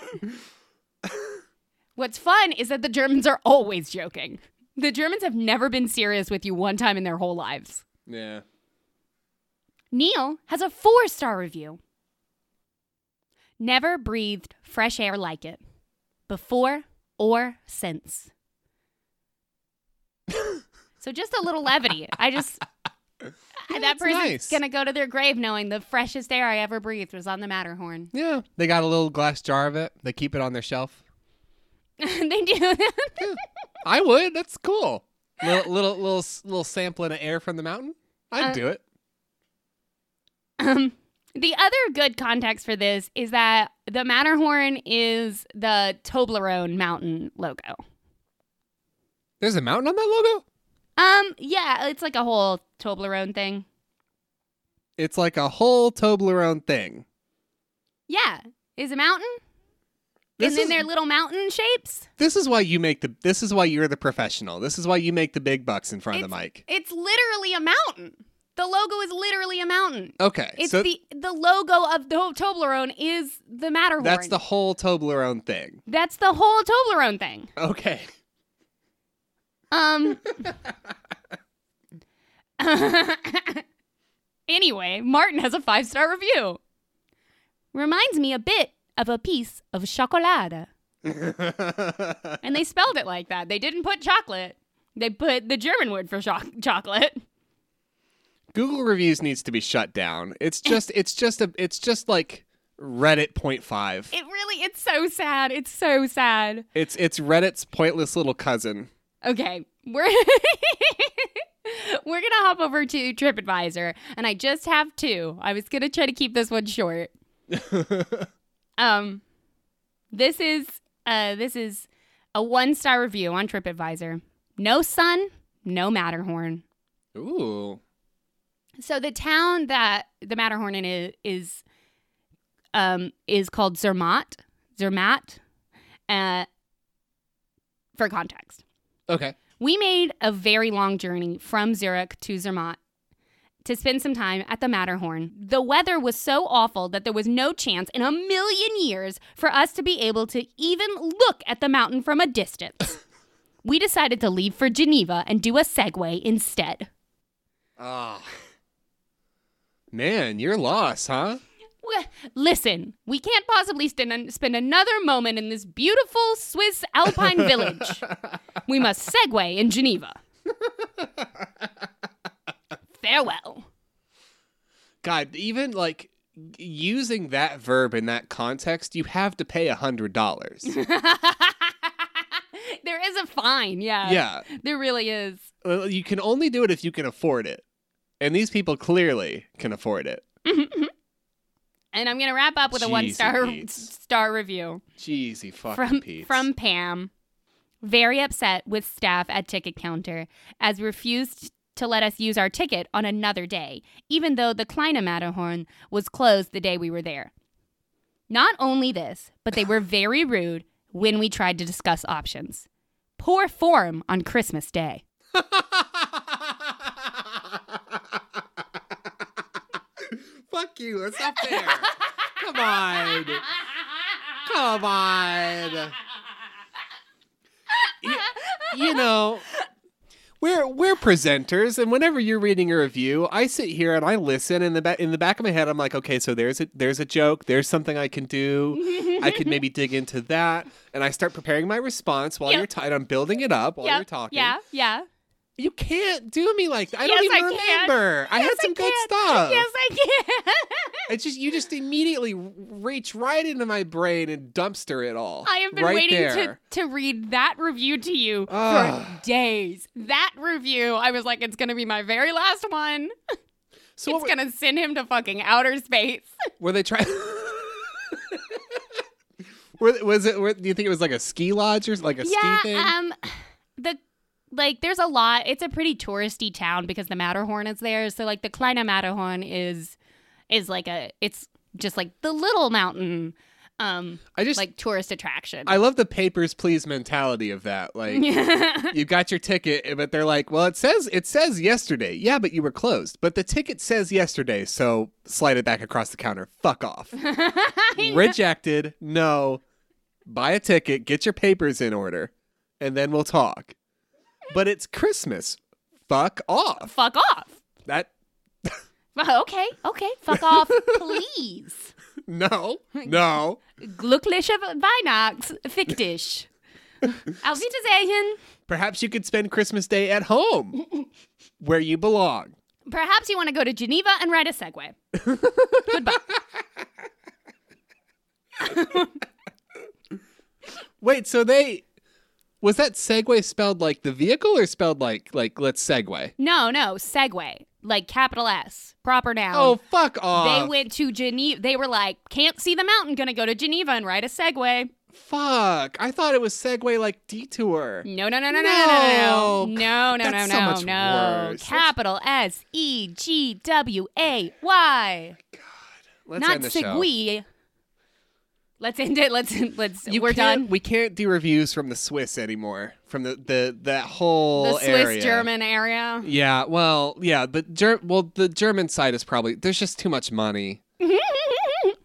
What's fun is that the Germans are always joking. The Germans have never been serious with you one time in their whole lives. Yeah. Neil has a four star review. Never breathed fresh air like it before or *laughs* since. so just a little levity. I just. that that's person's nice. gonna go to their grave knowing the freshest air I ever breathed was on the Matterhorn. *laughs* Yeah. They got a little glass jar of it. They keep it on their shelf. they do. *laughs* I would. That's cool. Little little little s- little sampling of air from the mountain. I'd Uh, do it. Um, the other good context for this is that the Matterhorn is the Toblerone mountain logo. There's a mountain on that logo. Um, yeah, it's like a whole Toblerone thing. It's like a whole Toblerone thing. Yeah, is a mountain, This and then is, their little mountain shapes. this is why you make the. This is why you're the professional. This is why you make the big bucks in front of the mic. It's literally a mountain. The logo is literally a mountain. Okay, It's so the the logo of the whole Toblerone is the Matterhorn. that's the whole Toblerone thing. that's the whole Toblerone thing. Okay, Um. *laughs* anyway, Martin has a five star review. Reminds me a bit of a piece of chocolate. And they spelled it like that. They didn't put chocolate. They put the German word for cho- chocolate. *laughs* Google reviews needs to be shut down. It's just. It's just a. It's just like Reddit point five. It really, it's so sad. It's so sad. It's it's Reddit's pointless little *laughs* cousin. Okay, we're *laughs* we're gonna hop over to TripAdvisor, and I just have two. I was gonna try to keep this one short. um, this is uh this is a one star review on TripAdvisor. No sun, no Matterhorn. Ooh. So the town that the Matterhorn in is is um is called Zermatt. Zermatt. Uh, for context, Okay. we made a very long journey from Zurich to Zermatt to spend some time at the Matterhorn. The weather was so awful that there was no chance in a million years for us to be able to even look at the mountain from a distance. we decided to leave for Geneva and do a segue instead. Ah. Man, you're lost, huh? Wh- Listen, we can't possibly st- spend another moment in this beautiful Swiss alpine village. We must segue in Geneva. Farewell. God, even like g- using that verb in that context, you have to pay a hundred dollars. *laughs* there is a fine, yeah. yeah, There really is. Uh, you can only do it if you can afford it, and these people clearly can afford it. And I'm going to wrap up with a Jeez, one star Pete's. star review Jeezy fucking from Pete's. *laughs* from Pam. Very upset with staff at ticket counter as refused to let us use our ticket on another day, even though the Kleine Matterhorn was closed the day we were there. Not only this, but *sighs* they were very rude when we tried to discuss options. Poor form on Christmas Day. Fuck you. That's not *laughs* fair. Come on. Come on. You, you know, we're we're presenters, and whenever you're reading a review, I sit here and I listen. In the back in the back of my head, I'm like, okay, so there's a there's a joke. There's something I can do. I could maybe dig into that, and I start preparing my response while Yep. you're tired. I'm building it up while you're talking. Yeah, yeah. You can't do me like that. I don't Yes, even I can. remember. I had Yes, some good can. stuff. Yes, I can. It's just you just immediately reach right into my brain and dumpster it all. *laughs* I have been right waiting to, there. to read that review to you for Ugh. days. That review, I was like, it's going to be my very last one. So what it's were, going to send him to fucking outer space. were they trying? *laughs* were, was it? Were, do you think it was like a ski lodge or like a yeah, ski thing? um, the like, there's a lot. It's a pretty touristy town because the Matterhorn is there. So like, the Kleine Matterhorn is is like a it's just like the little mountain, um, I just like tourist attraction. I love the papers please mentality of that. Like you got your ticket, eh, but they're like, well, it says it says yesterday. Yeah, but you were closed. But the ticket says yesterday, so slide it back across the counter. Fuck off. Rejected. No. Buy a ticket. Get your papers in order, and then we'll talk. But it's Christmas. Fuck *laughs* off. Fuck off. That Well, Okay, okay, fuck *laughs* off, please. no no. Glückliche Weihnachts, fick *laughs* dich. Auf Wiedersehen. Perhaps you could spend Christmas Day at home, where you belong. Perhaps you want to go to Geneva and ride a Segway. Wait, so they was that Segway spelled like the vehicle or spelled like like let's Segway? No, no, Segway, like capital S, proper noun. Oh fuck off! Um, They went to Geneva. They were like, can't see the mountain, gonna go to Geneva and ride a Segway. Fuck! I thought it was Segway like detour. No, no, no, no, no, no, no, no, no, no, That's no, so much no. worse. That's- Capital S E G W A Y. Let's Not end the show. Segway. Let's end it. Let's let's. You we're can't- done. We can't do reviews from the Swiss anymore. From the the that whole The Swiss area. German area. Yeah, well, yeah, but Ger- well, the German side is probably there's just too *laughs* much money.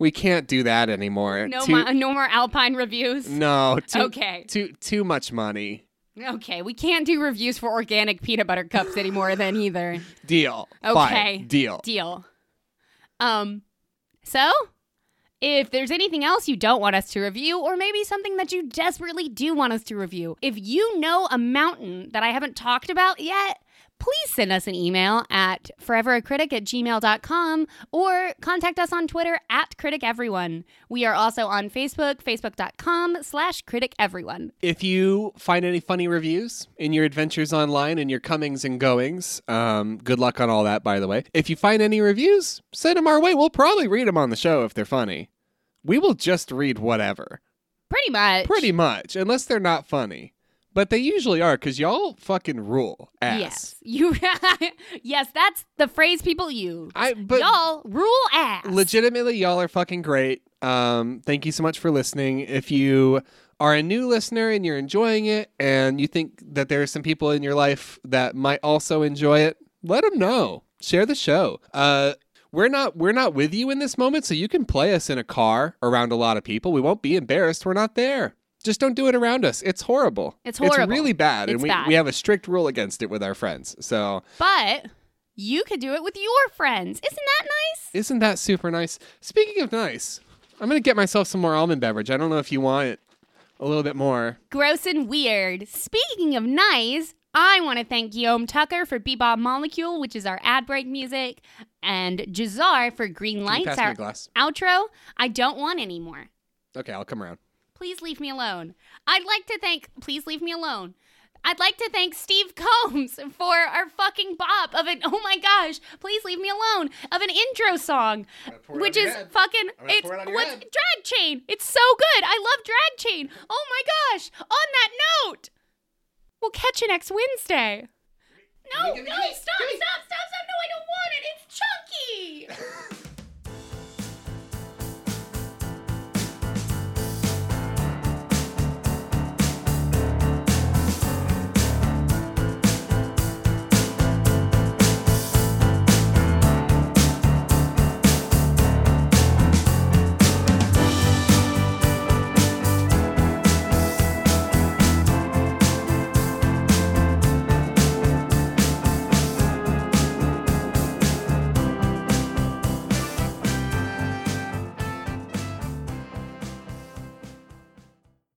We can't do that anymore. no, too, mo- no more Alpine reviews. no, too, Okay. too too much money. Okay, we can't do reviews for organic peanut butter cups anymore then either. Deal. Okay. Fine. Deal. Deal. Um so if there's anything else you don't want us to review or maybe something that you desperately do want us to review, if you know a mountain that I haven't talked about yet, please send us an email at foreveracritic at gmail.com or contact us on Twitter at critic everyone. We are also on Facebook, facebook.com slash critic everyone. If you find any funny reviews in your adventures online and your comings and goings, um, good luck on all that, by the way. If you find any reviews, send them our way. We'll probably read them on the show if they're funny. We will just read whatever, Pretty much. pretty much, unless they're not funny. But they usually are because y'all fucking rule ass. Yes. You *laughs* Yes, that's the phrase people use. I but Y'all rule ass. legitimately y'all are fucking great um thank you so much for listening if you are a new listener and you're enjoying it and you think that there are some people in your life that might also enjoy it let them know share the show uh we're not we're not with you in this moment so you can play us in a car around a lot of people we won't be embarrassed we're not there just don't do it around us it's horrible It's horrible. it's really bad It's and we, bad. we have a strict rule against it with our friends so But you could do it with your friends. Isn't that nice? Isn't that super nice? Speaking of nice, I'm gonna get myself some more almond beverage. I don't know if you want it a little bit more. Gross and weird. Speaking of nice, I want to thank Guillaume Tucker for Bebop Molecule, which is our ad break music, and Jazar for Green Can you Lights, pass me our a glass. outro. I don't want any more. Okay, I'll come around. Please leave me alone. I'd like to thank, please leave me alone. I'd like to thank Steve Combs for our fucking bop of an, oh my gosh, please leave me alone, of an intro song, which is fucking, gonna it's, pour it on your what's, head. Drag Chain. It's so good. I love Drag Chain. Oh my gosh, on that note, we'll catch you next Wednesday. No, no, stop, stop,